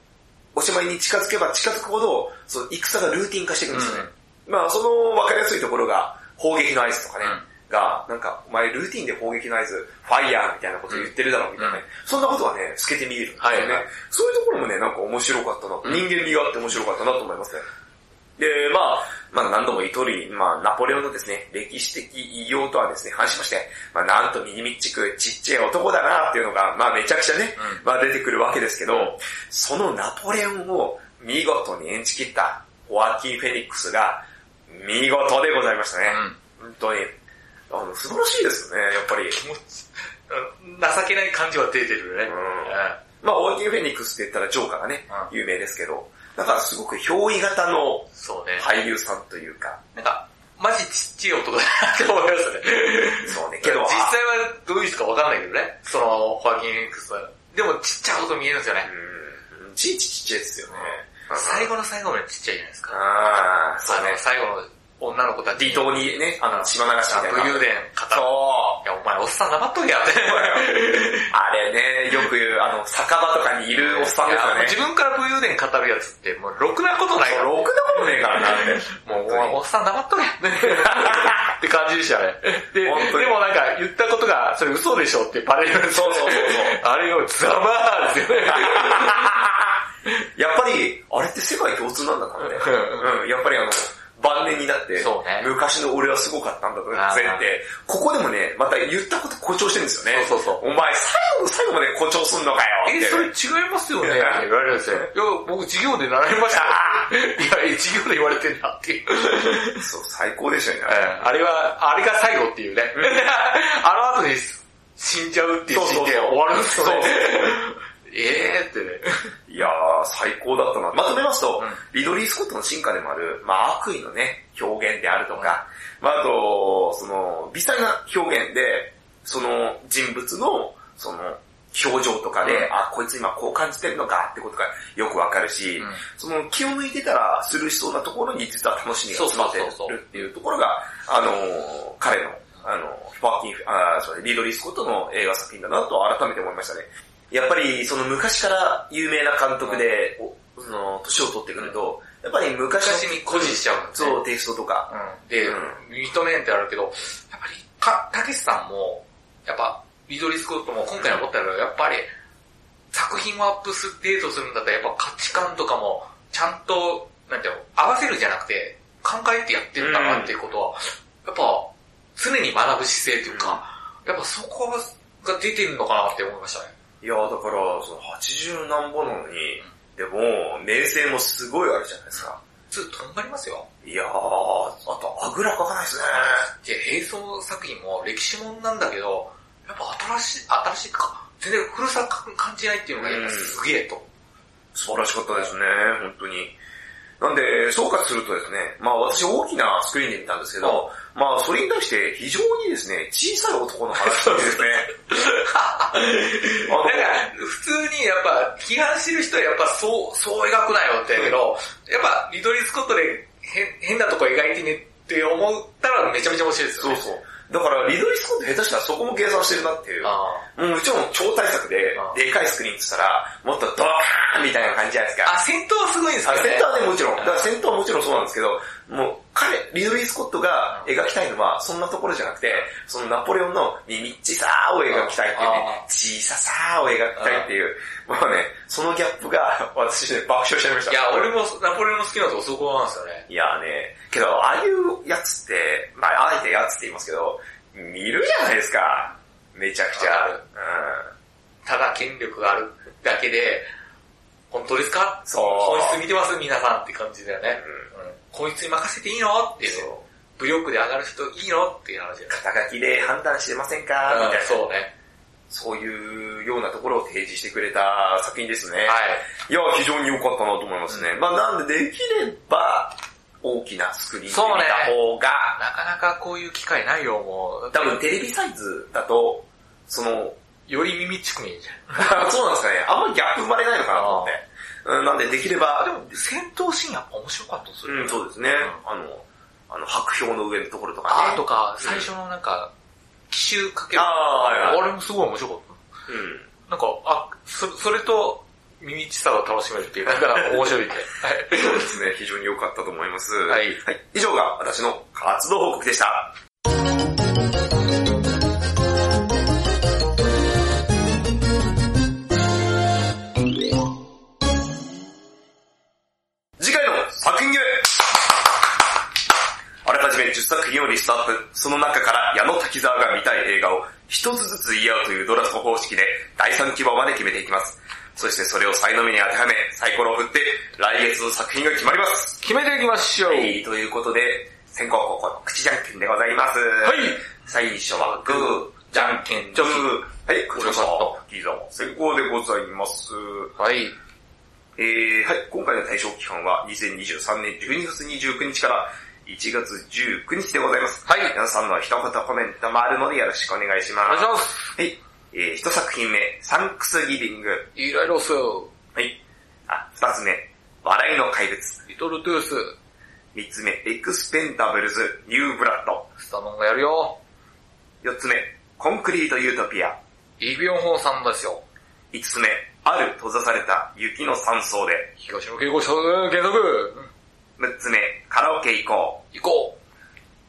[SPEAKER 2] おしまいに近づけば近づくほど、その戦がルーティン化していくんですよね。まあその分かりやすいところが、砲撃の合図とかね、が、なんか、お前ルーティンで砲撃の合図、ファイヤーみたいなこと言ってるだろうみたいなね、
[SPEAKER 1] うん
[SPEAKER 2] そんなことはね、透けて見えるんですよね。
[SPEAKER 1] はいはい
[SPEAKER 2] そういうところもね、なんか面白かったな、
[SPEAKER 1] うん
[SPEAKER 2] 人間味があって面白かったなと思いますね。で、まあ、まあ何度も言う通り、まあナポレオンのですね、歴史的異様とはですね、話しまして、まあなんとミニミッチくちっちゃい男だなっていうのが、まあめちゃくちゃね、
[SPEAKER 1] う
[SPEAKER 2] まあ出てくるわけですけど、そのナポレオンを見事に演じ切ったホアキン・フェニックスが、見事でございましたね。本当に。あの、素晴らしいですね、やっぱり。
[SPEAKER 1] 気持ち、うん情けない感じは出てるよね。
[SPEAKER 2] うん
[SPEAKER 1] う
[SPEAKER 2] まあホアキン・フェニックスって言ったらジョーカーがね、
[SPEAKER 1] う
[SPEAKER 2] 有名ですけど、だからすごく憑依型の
[SPEAKER 1] んそうね。
[SPEAKER 2] 俳優さんという か、
[SPEAKER 1] なんか、マジちっちゃい男だなって思いますね。
[SPEAKER 2] そうね、
[SPEAKER 1] け
[SPEAKER 2] け
[SPEAKER 1] ど、
[SPEAKER 2] ど、
[SPEAKER 1] 実際はどういう人かわかんないけどね。その、ホアキン・フェニックスは。でも、ちっちゃい男見えるんですよね。
[SPEAKER 2] うんちいちちっちゃいですよね。
[SPEAKER 1] 最後の最後までちっちゃいじゃないですか。
[SPEAKER 2] ああ、そう
[SPEAKER 1] あ
[SPEAKER 2] ね
[SPEAKER 1] の、。最後の女の子たち。
[SPEAKER 2] 離島にね、あの、島流し
[SPEAKER 1] あ
[SPEAKER 2] みたい
[SPEAKER 1] 武
[SPEAKER 2] な。
[SPEAKER 1] 勇伝語
[SPEAKER 2] そう
[SPEAKER 1] る。。いや、お前、おっさん黙っとけやって。
[SPEAKER 2] あれね、よく言う、あの、酒場とかにい るおっさん
[SPEAKER 1] い
[SPEAKER 2] です
[SPEAKER 1] や
[SPEAKER 2] よね。
[SPEAKER 1] 自分から武勇伝語るやつって、もう、ろくなことないから。
[SPEAKER 2] ろくなことねえからなって。
[SPEAKER 1] もう、
[SPEAKER 2] 本
[SPEAKER 1] お
[SPEAKER 2] 当に
[SPEAKER 1] 前おっさん 黙っとけって感じでしたね。で、で
[SPEAKER 2] 本当に
[SPEAKER 1] もなんか言ったことが、それ嘘でし ょってバレる。
[SPEAKER 2] そうそうそうそう。
[SPEAKER 1] あれよ、ざまーですよね。
[SPEAKER 2] やっぱり、あれって世界共通なんだからね。
[SPEAKER 1] うん
[SPEAKER 2] うん、やっぱりあの、晩年になって、
[SPEAKER 1] そうね
[SPEAKER 2] 昔の俺はすごかったんだと
[SPEAKER 1] あー
[SPEAKER 2] せって、ここでもね、また言ったこと誇張してるんですよね。
[SPEAKER 1] そうそうそう
[SPEAKER 2] お前、最後の最後まで誇張すんのかよっ
[SPEAKER 1] え、
[SPEAKER 2] て。
[SPEAKER 1] それ違いますよねって言われるんですよ。いや、僕授業で習いましたよ。 いや、授業で言われてんだっていう。
[SPEAKER 2] そう、最高でしたよね。
[SPEAKER 1] あれは、あれが最後っていうね。 あの後に死んじゃうっていうシーンで終わるんですよね。 えーってね。
[SPEAKER 2] いやー、最高だったな。まとめますと、リドリー・スコットの進化でもある、まあ、悪意のね、表現であるとか、まあ、あと、その、微細な表現で、その人物の、その、表情とかで、
[SPEAKER 1] うん
[SPEAKER 2] あ、こいつ今こう感じてるのかってことがよくわかるし、
[SPEAKER 1] うん
[SPEAKER 2] その気を抜いてたらスルーしそうなところに実は楽しみが詰まってる
[SPEAKER 1] そうそうそうそう
[SPEAKER 2] っていうところが、あのー彼の、あの、ファッキン、あーそうリドリー・スコットの映画作品だなと改めて思いましたね。やっぱり、その昔から有名な監督で、おその、年を取ってくると、やっぱり昔の
[SPEAKER 1] 昔に誇示しちゃうんですね
[SPEAKER 2] そう、テイストとか。
[SPEAKER 1] うんで、
[SPEAKER 2] うん
[SPEAKER 1] ミートメンってあるけど、やっぱり、か、たけしさんも、やっぱ、リドリー・スコットも今回のことだけど、やっぱり、作品をアップスデートするんだったら、やっぱ価値観とかも、ちゃんと、なんていうの、合わせるじゃなくて、考えてやってるんだなっていうことは、やっぱ、常に学ぶ姿勢というか、やっぱそこが出てるのかなって思いましたね。
[SPEAKER 2] いやだから、その80何本なのに、でも、名声もすごいあるじゃないですか。
[SPEAKER 1] 普通、とんがりますよ。
[SPEAKER 2] いやー、あと、あぐらかかないですね。
[SPEAKER 1] で、並走作品も歴史もんなんだけど、やっぱ新しい、新しいか、全然古さか感じないっていうのがやっぱすげえと。
[SPEAKER 2] 素晴らしかったですね、本当に。なんで、総括するとですね、まあ私大きなスクリーンで見たんですけど、まあそれに対して非常にですね、小さい男の話 ですね。あの
[SPEAKER 1] だから、普通にやっぱ批判してる人はやっぱそう、そう描くなよってやけど、やっぱリドリー・スコットで変変なとこ描いてねって思ったらめちゃめちゃ面白いですよ
[SPEAKER 2] そう
[SPEAKER 1] ね。う。
[SPEAKER 2] そう。だからリドリー・スコット下手したらそこも計算してるなっていう。
[SPEAKER 1] あ
[SPEAKER 2] もううちも超大作で
[SPEAKER 1] あ、
[SPEAKER 2] でかいスクリーンって言ったら、もっとドーンみたいな感じじゃないですか。
[SPEAKER 1] あ、戦闘はすごいんですよ
[SPEAKER 2] あ
[SPEAKER 1] ね。
[SPEAKER 2] 戦闘はね、もちろん。
[SPEAKER 1] あ
[SPEAKER 2] だから戦闘はもちろんそうなんですけど、もう彼、リドリー・スコットが描きたいのは、そんなところじゃなくて、そのナポレオンのミミッチさーを描きたいっていうね
[SPEAKER 1] あ、
[SPEAKER 2] 小ささーを描きたいっていう、まあね、そのギャップが私ね、爆笑しちゃいました。
[SPEAKER 1] いや、俺もナポレオンの好きなとこそこなんですよね。
[SPEAKER 2] いやね、けど、ああいうやつって、まあ、あえてやつって言いますけど、見るじゃないですか。めちゃくち
[SPEAKER 1] わ
[SPEAKER 2] ゃ。
[SPEAKER 1] かるただ権力があるだけで、本当ですか
[SPEAKER 2] そう
[SPEAKER 1] 本質見てます皆さんって感じだよね。うんこいつに任せていいのって
[SPEAKER 2] うん。
[SPEAKER 1] いう
[SPEAKER 2] そう。
[SPEAKER 1] 武力で上がる人いいのっていう話だよね。
[SPEAKER 2] 肩書きで判断してませんかみたいな。
[SPEAKER 1] そうね。
[SPEAKER 2] そういうようなところを提示してくれた作品ですね。、
[SPEAKER 1] はい
[SPEAKER 2] や、非常に良かったなと思いますね。まあなんでできれば、大きなスクリーンで見た方
[SPEAKER 1] い。
[SPEAKER 2] が、
[SPEAKER 1] なかなかこういう機会ないよ、もう。
[SPEAKER 2] 多分テレビサイズだと、その、
[SPEAKER 1] より耳ちくみいいじゃん。
[SPEAKER 2] そうなんですかね、あんまギャップ生まれないのかなと思って。うんなんでできれば、
[SPEAKER 1] でも、戦闘シーンやっぱ面白かったでする
[SPEAKER 2] うん、そうですね。あの、あの、白氷の上のところとかね。
[SPEAKER 1] あとか、最初のなんか、奇襲かける。
[SPEAKER 2] あーはいはい
[SPEAKER 1] あれもすごい面白かっ
[SPEAKER 2] うん。
[SPEAKER 1] た。なんか、あ、そそれと、耳ちさが楽しめるっていう、だから面 白いんで。はい。
[SPEAKER 2] そうですね、非常に良かったと思います。はいはい。以上が私の活動報告でした。次回の作品ゲあらかじめ10作品をリストアップ、その中から矢野滝沢が見たい映画を一つずつ言い合うというドラフト方式で第3希望まで決めていきます。そしてそれを才能目に当てはめ、サイコロを振って来月の作品が決まります。
[SPEAKER 1] 決めていきましょう。
[SPEAKER 2] はい、ということで、先行後攻、口じゃんけんでございます。はい最初はグー、
[SPEAKER 1] じゃんけん
[SPEAKER 2] ジ
[SPEAKER 1] じ
[SPEAKER 2] ョ
[SPEAKER 1] ゃ
[SPEAKER 2] ブは
[SPEAKER 1] ん。
[SPEAKER 2] い、こちらさ
[SPEAKER 1] こ
[SPEAKER 2] ん、リーダーも先行でございます。
[SPEAKER 1] はい。
[SPEAKER 2] えー、はい、今回の対象期間は2023年12月29日から1月19日でございます。
[SPEAKER 1] はい
[SPEAKER 2] 皆さんの一言コメントもあるのでよろしくお願いしま
[SPEAKER 1] お願い
[SPEAKER 2] す。
[SPEAKER 1] します。
[SPEAKER 2] はい、えー、一作品目、サンクスギビング。
[SPEAKER 1] イーライロス、
[SPEAKER 2] はい。あ、二つ目、笑いの怪物。
[SPEAKER 1] リトルトゥース、
[SPEAKER 2] 三つ目、エクスペンダブルズ、ニューブラッド。
[SPEAKER 1] スタノンがやるよ。
[SPEAKER 2] 四つ目、コンクリートユートピア。
[SPEAKER 1] イ・ビョンホンさんですよ。
[SPEAKER 2] 五つ目、ある閉ざされた雪の山荘で。
[SPEAKER 1] 東野圭吾さん、原作、うん
[SPEAKER 2] 六つ目、カラオケ行こ
[SPEAKER 1] 行こ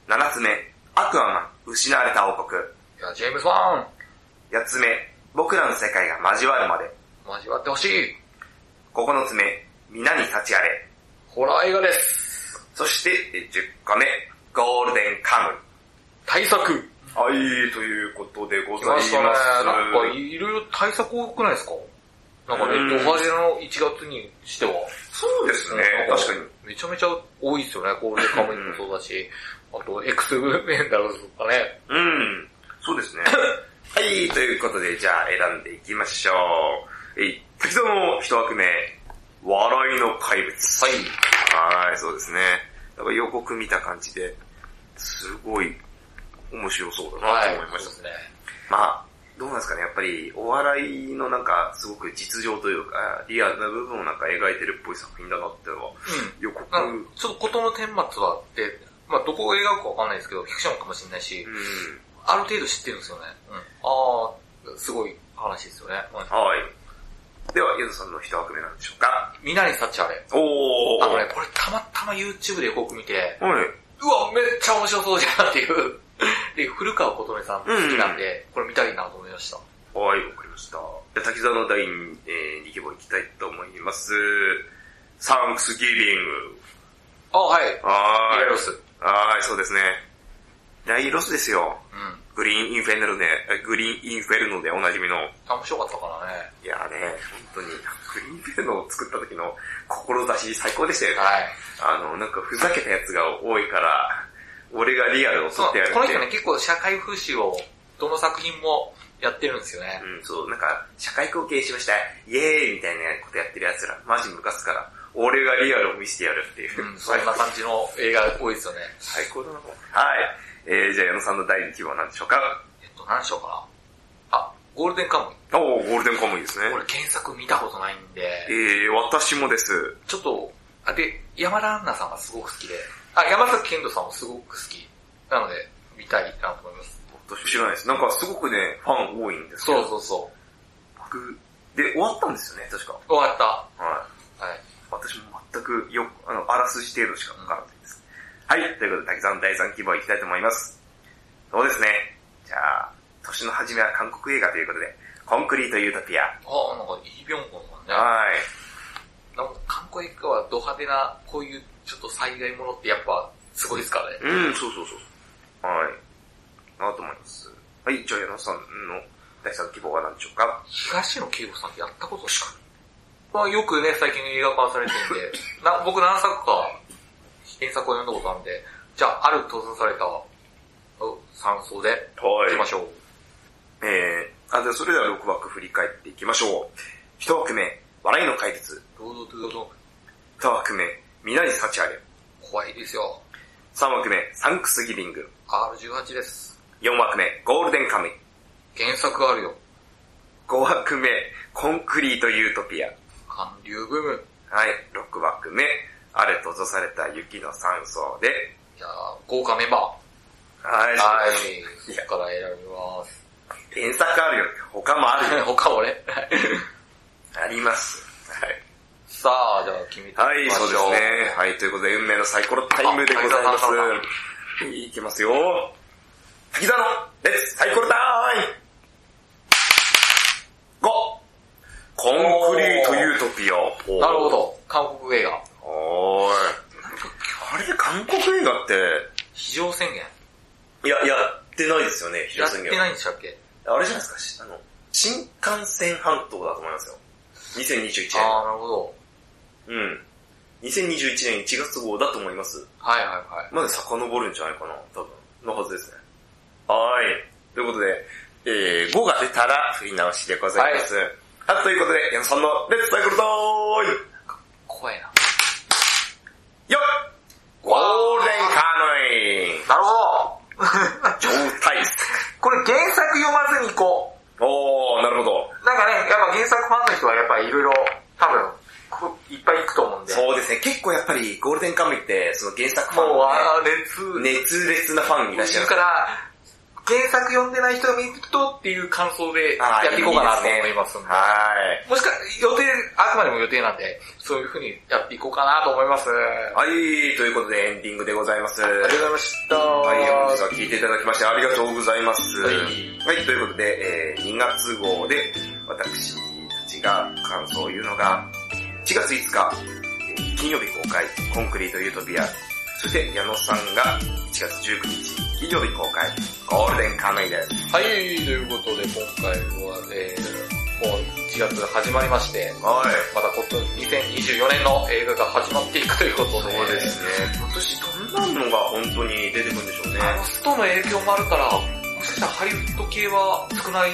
[SPEAKER 2] う。七つ目、アクアマン、失われた王国。
[SPEAKER 1] う。いや、ジェームズ・ワ
[SPEAKER 2] 八つ目、僕らの世界が交わるまで。
[SPEAKER 1] ン、交わってほしい。
[SPEAKER 2] 九つ目、皆に立ちあれ。
[SPEAKER 1] ホラー映画です。
[SPEAKER 2] そして、え10回目、ゴールデンカム。
[SPEAKER 1] 対策。
[SPEAKER 2] はい、ということでご
[SPEAKER 1] 来
[SPEAKER 2] ざい
[SPEAKER 1] ま
[SPEAKER 2] ます
[SPEAKER 1] したね。。なんかいろいろ対策多くないですかなんかね、
[SPEAKER 2] うん
[SPEAKER 1] ドハジェの1月にしては。
[SPEAKER 2] そうですね、確かに。。
[SPEAKER 1] めちゃめちゃ多いですよね。ゴールデンカムイもそうだし、あとエクスメンダルズとかね。
[SPEAKER 2] うん、そうですね。 はい、ということで、じゃあ選んでいきましょう。えい、滝沢の一枠目、笑いの怪物。
[SPEAKER 1] はい。
[SPEAKER 2] はい、そうですね。なんか予告見た感じで、すごい面白そうだなと思いました。
[SPEAKER 1] そうですね。
[SPEAKER 2] まあ、どうなんですかね、やっぱりお笑いのなんかすごく実情というか、リアルな部分をなんか描いてるっぽい作品だなっていうのは
[SPEAKER 1] うん。
[SPEAKER 2] 予告。
[SPEAKER 1] な
[SPEAKER 2] うん
[SPEAKER 1] んかちょっと事の顛末はあって、まあどこを描くかわかんないですけど、フィクションかもしれないし、ある程度知ってるんですよね。うん。ああ、すごい話ですよね。うん
[SPEAKER 2] はい。では、ゆずさんの一枠目なんでしょうか。
[SPEAKER 1] 皆に幸あれ。
[SPEAKER 2] おー。
[SPEAKER 1] あのね、これたまたま YouTube で予告見て、
[SPEAKER 2] はい。
[SPEAKER 1] うわ、めっちゃ面白そうじゃんっていう。 で、古川琴音さんも好きなんで、これ見たいなと思いました。
[SPEAKER 2] はい、わかりました。じゃあ、滝沢の第2、えー、2希望いきたいと思います。サンクスギビング。
[SPEAKER 1] あ、はい。
[SPEAKER 2] は
[SPEAKER 1] イ
[SPEAKER 2] ーい。
[SPEAKER 1] ライロス。うん。
[SPEAKER 2] はーい、そうですね。ライロスですよ。グリーンインフェルノで、えグリーンインフェルノでおなじみの。
[SPEAKER 1] 面白かったからね。
[SPEAKER 2] いやーね、本当に、グリーンインフェルノを作った時の志最高でしたよね。
[SPEAKER 1] はい。
[SPEAKER 2] あの、なんかふざけたやつが多いから、俺がリアルを
[SPEAKER 1] そ
[SPEAKER 2] 撮
[SPEAKER 1] う
[SPEAKER 2] ってやるって。
[SPEAKER 1] この人ね、結構社会風刺を、どの作品もやってるんですよね。
[SPEAKER 2] うん、そう、なんか、社会貢献しました、イエーイみたいなことやってる奴ら、マジムカつくから、俺がリアルを見せてやるっていう。
[SPEAKER 1] うん、そんな感じの映画多いですよね。
[SPEAKER 2] 最高だな、これはい。えー、じゃあ矢野さんの第2希望は何でしょうか
[SPEAKER 1] えっと、何しようかな。あ、ゴールデンカムイ。
[SPEAKER 2] おー、ゴールデンカムイですね。
[SPEAKER 1] 俺原作見たことないん
[SPEAKER 2] え
[SPEAKER 1] で、
[SPEAKER 2] ー、私もです。
[SPEAKER 1] ちょっと、あ、で、山田杏奈さんがすごく好きで、あ、山崎賢人さんもすごく好き。なので、見たいなと思います。
[SPEAKER 2] 私知らないです。なんかすごくね、ファン多いんですけ
[SPEAKER 1] そ
[SPEAKER 2] ど。
[SPEAKER 1] うそうそ
[SPEAKER 2] 僕、で、終わったんですよね、確か。
[SPEAKER 1] う。終わった。
[SPEAKER 2] はい。
[SPEAKER 1] はい。
[SPEAKER 2] 私も全くよ、あの、あらすじ程度しか分からないです。はい、ということで、滝沢の第3希望いきたいと思います。そうですね。じゃあ、年の初めは韓国映画ということで、コンクリートユートピア。
[SPEAKER 1] あ、なんか、イ・ビョンホンさんね。
[SPEAKER 2] はい。
[SPEAKER 1] なんか、韓国映画はド派手な、こういう、ちょっと災害ものってやっぱ、すごいですからね。
[SPEAKER 2] うん、そうそうそう。はい。なと思います。はい、じゃあ、矢野さんの第3希望は何でしょうか
[SPEAKER 1] 東野圭吾さんってやったことしかない。まあ、よくね、最近映画化されてる んで、な僕何作か原作を読んだことあるんで、じゃあ、ある盗撮されたうん山荘で
[SPEAKER 2] は
[SPEAKER 1] 行きましょう。
[SPEAKER 2] えー、あ、じゃあそれでは6枠振り返っていきましょう。1枠目、笑いの怪物。
[SPEAKER 1] ロードトゥード
[SPEAKER 2] 2枠目、皆に幸あれ。
[SPEAKER 1] 怖いですよ。
[SPEAKER 2] 3枠目、サンクスギビング。
[SPEAKER 1] R18 です。
[SPEAKER 2] 4枠目、ゴールデンカムイ。
[SPEAKER 1] 原作あるよ。
[SPEAKER 2] 5枠目、コンクリートユートピア。
[SPEAKER 1] 韓流ブーム。
[SPEAKER 2] はい、6枠目、あれ閉ざされた雪の山荘で。
[SPEAKER 1] いやー豪華メンバー。
[SPEAKER 2] はい、
[SPEAKER 1] はい。そっから選びます。
[SPEAKER 2] 原作あるよ。他もあるよ。
[SPEAKER 1] 他俺。はい
[SPEAKER 2] あります。はい。
[SPEAKER 1] さあ、じゃあ、君と
[SPEAKER 2] はい、
[SPEAKER 1] 行きまし
[SPEAKER 2] そうで
[SPEAKER 1] ょ
[SPEAKER 2] すね。はい、ということで、運命のサイコロタイムでございます
[SPEAKER 1] あはい。
[SPEAKER 2] いきますよ。滝沢のレッツサイコロタイム !5! コンクリートユートピア。
[SPEAKER 1] なるほ。ど。韓国映画。
[SPEAKER 2] はーい。あれで韓国映画って、
[SPEAKER 1] 非常宣言。
[SPEAKER 2] いや、やってないですよね、
[SPEAKER 1] やって
[SPEAKER 2] は
[SPEAKER 1] ないんでしたっけ
[SPEAKER 2] あれじゃないですかし、あの、新幹線半島だと思いますよ。2021
[SPEAKER 1] ああ、なるほど。
[SPEAKER 2] 年。うん。2021年1月号だと思います。
[SPEAKER 1] はいはいはい。
[SPEAKER 2] まで遡るんじゃないかな、多分。のはずですね。はーい。ということで、えー、5が出たら振り直しでございます。はい、ということで、矢野さんのレッツサイクルトーイ
[SPEAKER 1] 怖いな。
[SPEAKER 2] よっゴールデンカ
[SPEAKER 1] なるほど
[SPEAKER 2] ヌイ状態
[SPEAKER 1] これ原作読まずにこ
[SPEAKER 2] おー、なるほど。
[SPEAKER 1] う。なんかね、やっぱ原作ファンの人はやっぱいろいろ、多分、こいっぱい行くと思うんで。
[SPEAKER 2] そうですね、結構やっぱりゴールデンカムイって、その原作ファン
[SPEAKER 1] もう、
[SPEAKER 2] の
[SPEAKER 1] あー、
[SPEAKER 2] ね、
[SPEAKER 1] 熱、
[SPEAKER 2] 熱烈なファンいらっしゃる
[SPEAKER 1] いる。から、原作読んでない人が見るとっていう感想でやっていこうかなと思いますんで。
[SPEAKER 2] は
[SPEAKER 1] もしか、予定、あくまでも予定なんで、そういう風にやっていこうかなと思います。
[SPEAKER 2] ーい。はい、ということでエンディングでございます。
[SPEAKER 1] ありがとうございました。
[SPEAKER 2] はい、本日は聞いていただきましてありがとうございます。
[SPEAKER 1] は
[SPEAKER 2] はいい、ということで、えー、2月号で私たちが感想を言うのが、 4月5日、えー金曜日公開、コンクリートユートピア。そして、矢野さんが1月19日、金曜日公開、ゴールデンカムイです。
[SPEAKER 1] はい、ということで今回は、えー、もう1月が始まりまして、
[SPEAKER 2] はい。
[SPEAKER 1] また今年2024年の映画が始まっていくということで、
[SPEAKER 2] そうですね。今年どんなのが本当に出てくるんでしょうね。
[SPEAKER 1] あのストの影響もあるから、もしかしたらハリウッド系は少ない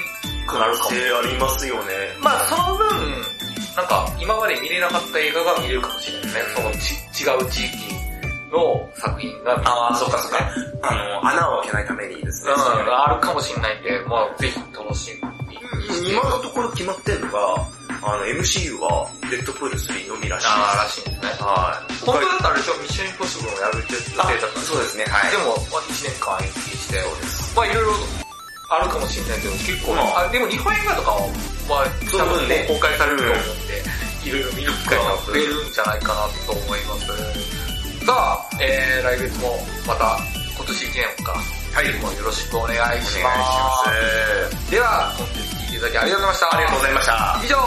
[SPEAKER 2] 可能性ありますよね。
[SPEAKER 1] まあその分、なんか今まで見れなかった映画が見れるかもしれないですね。そのち違う地域の作品が見れる。
[SPEAKER 2] あーそうかそうかあの、穴を開けないためにですね。
[SPEAKER 1] うん、あるかもしれないんで、まあぜひ楽しみにして。
[SPEAKER 2] 今のところ決まってるのが、あの、MCU は、デッドプール3のみらしいです。
[SPEAKER 1] あーらしいですね。
[SPEAKER 2] はい。
[SPEAKER 1] 本当だったらあれでしょ、ミッションインポッシブルをやるって言ってた
[SPEAKER 2] あそうですね、はい。
[SPEAKER 1] でも、まあ、1年間延期して、まあいろいろあるかもしれないけど、結構、
[SPEAKER 2] うん
[SPEAKER 1] あでも日本映画とかは、まあ、
[SPEAKER 2] その分ね
[SPEAKER 1] 多分公開されると思うんで、いろいろ見る機会が増えるんじゃないかなと思います。が、えー、来月もまた今年1年間、はい、もうよろしくお願いします。
[SPEAKER 2] お願いします。
[SPEAKER 1] では、本日聞いていただきありがとうございました。
[SPEAKER 2] ありがとうございました。
[SPEAKER 1] 以上、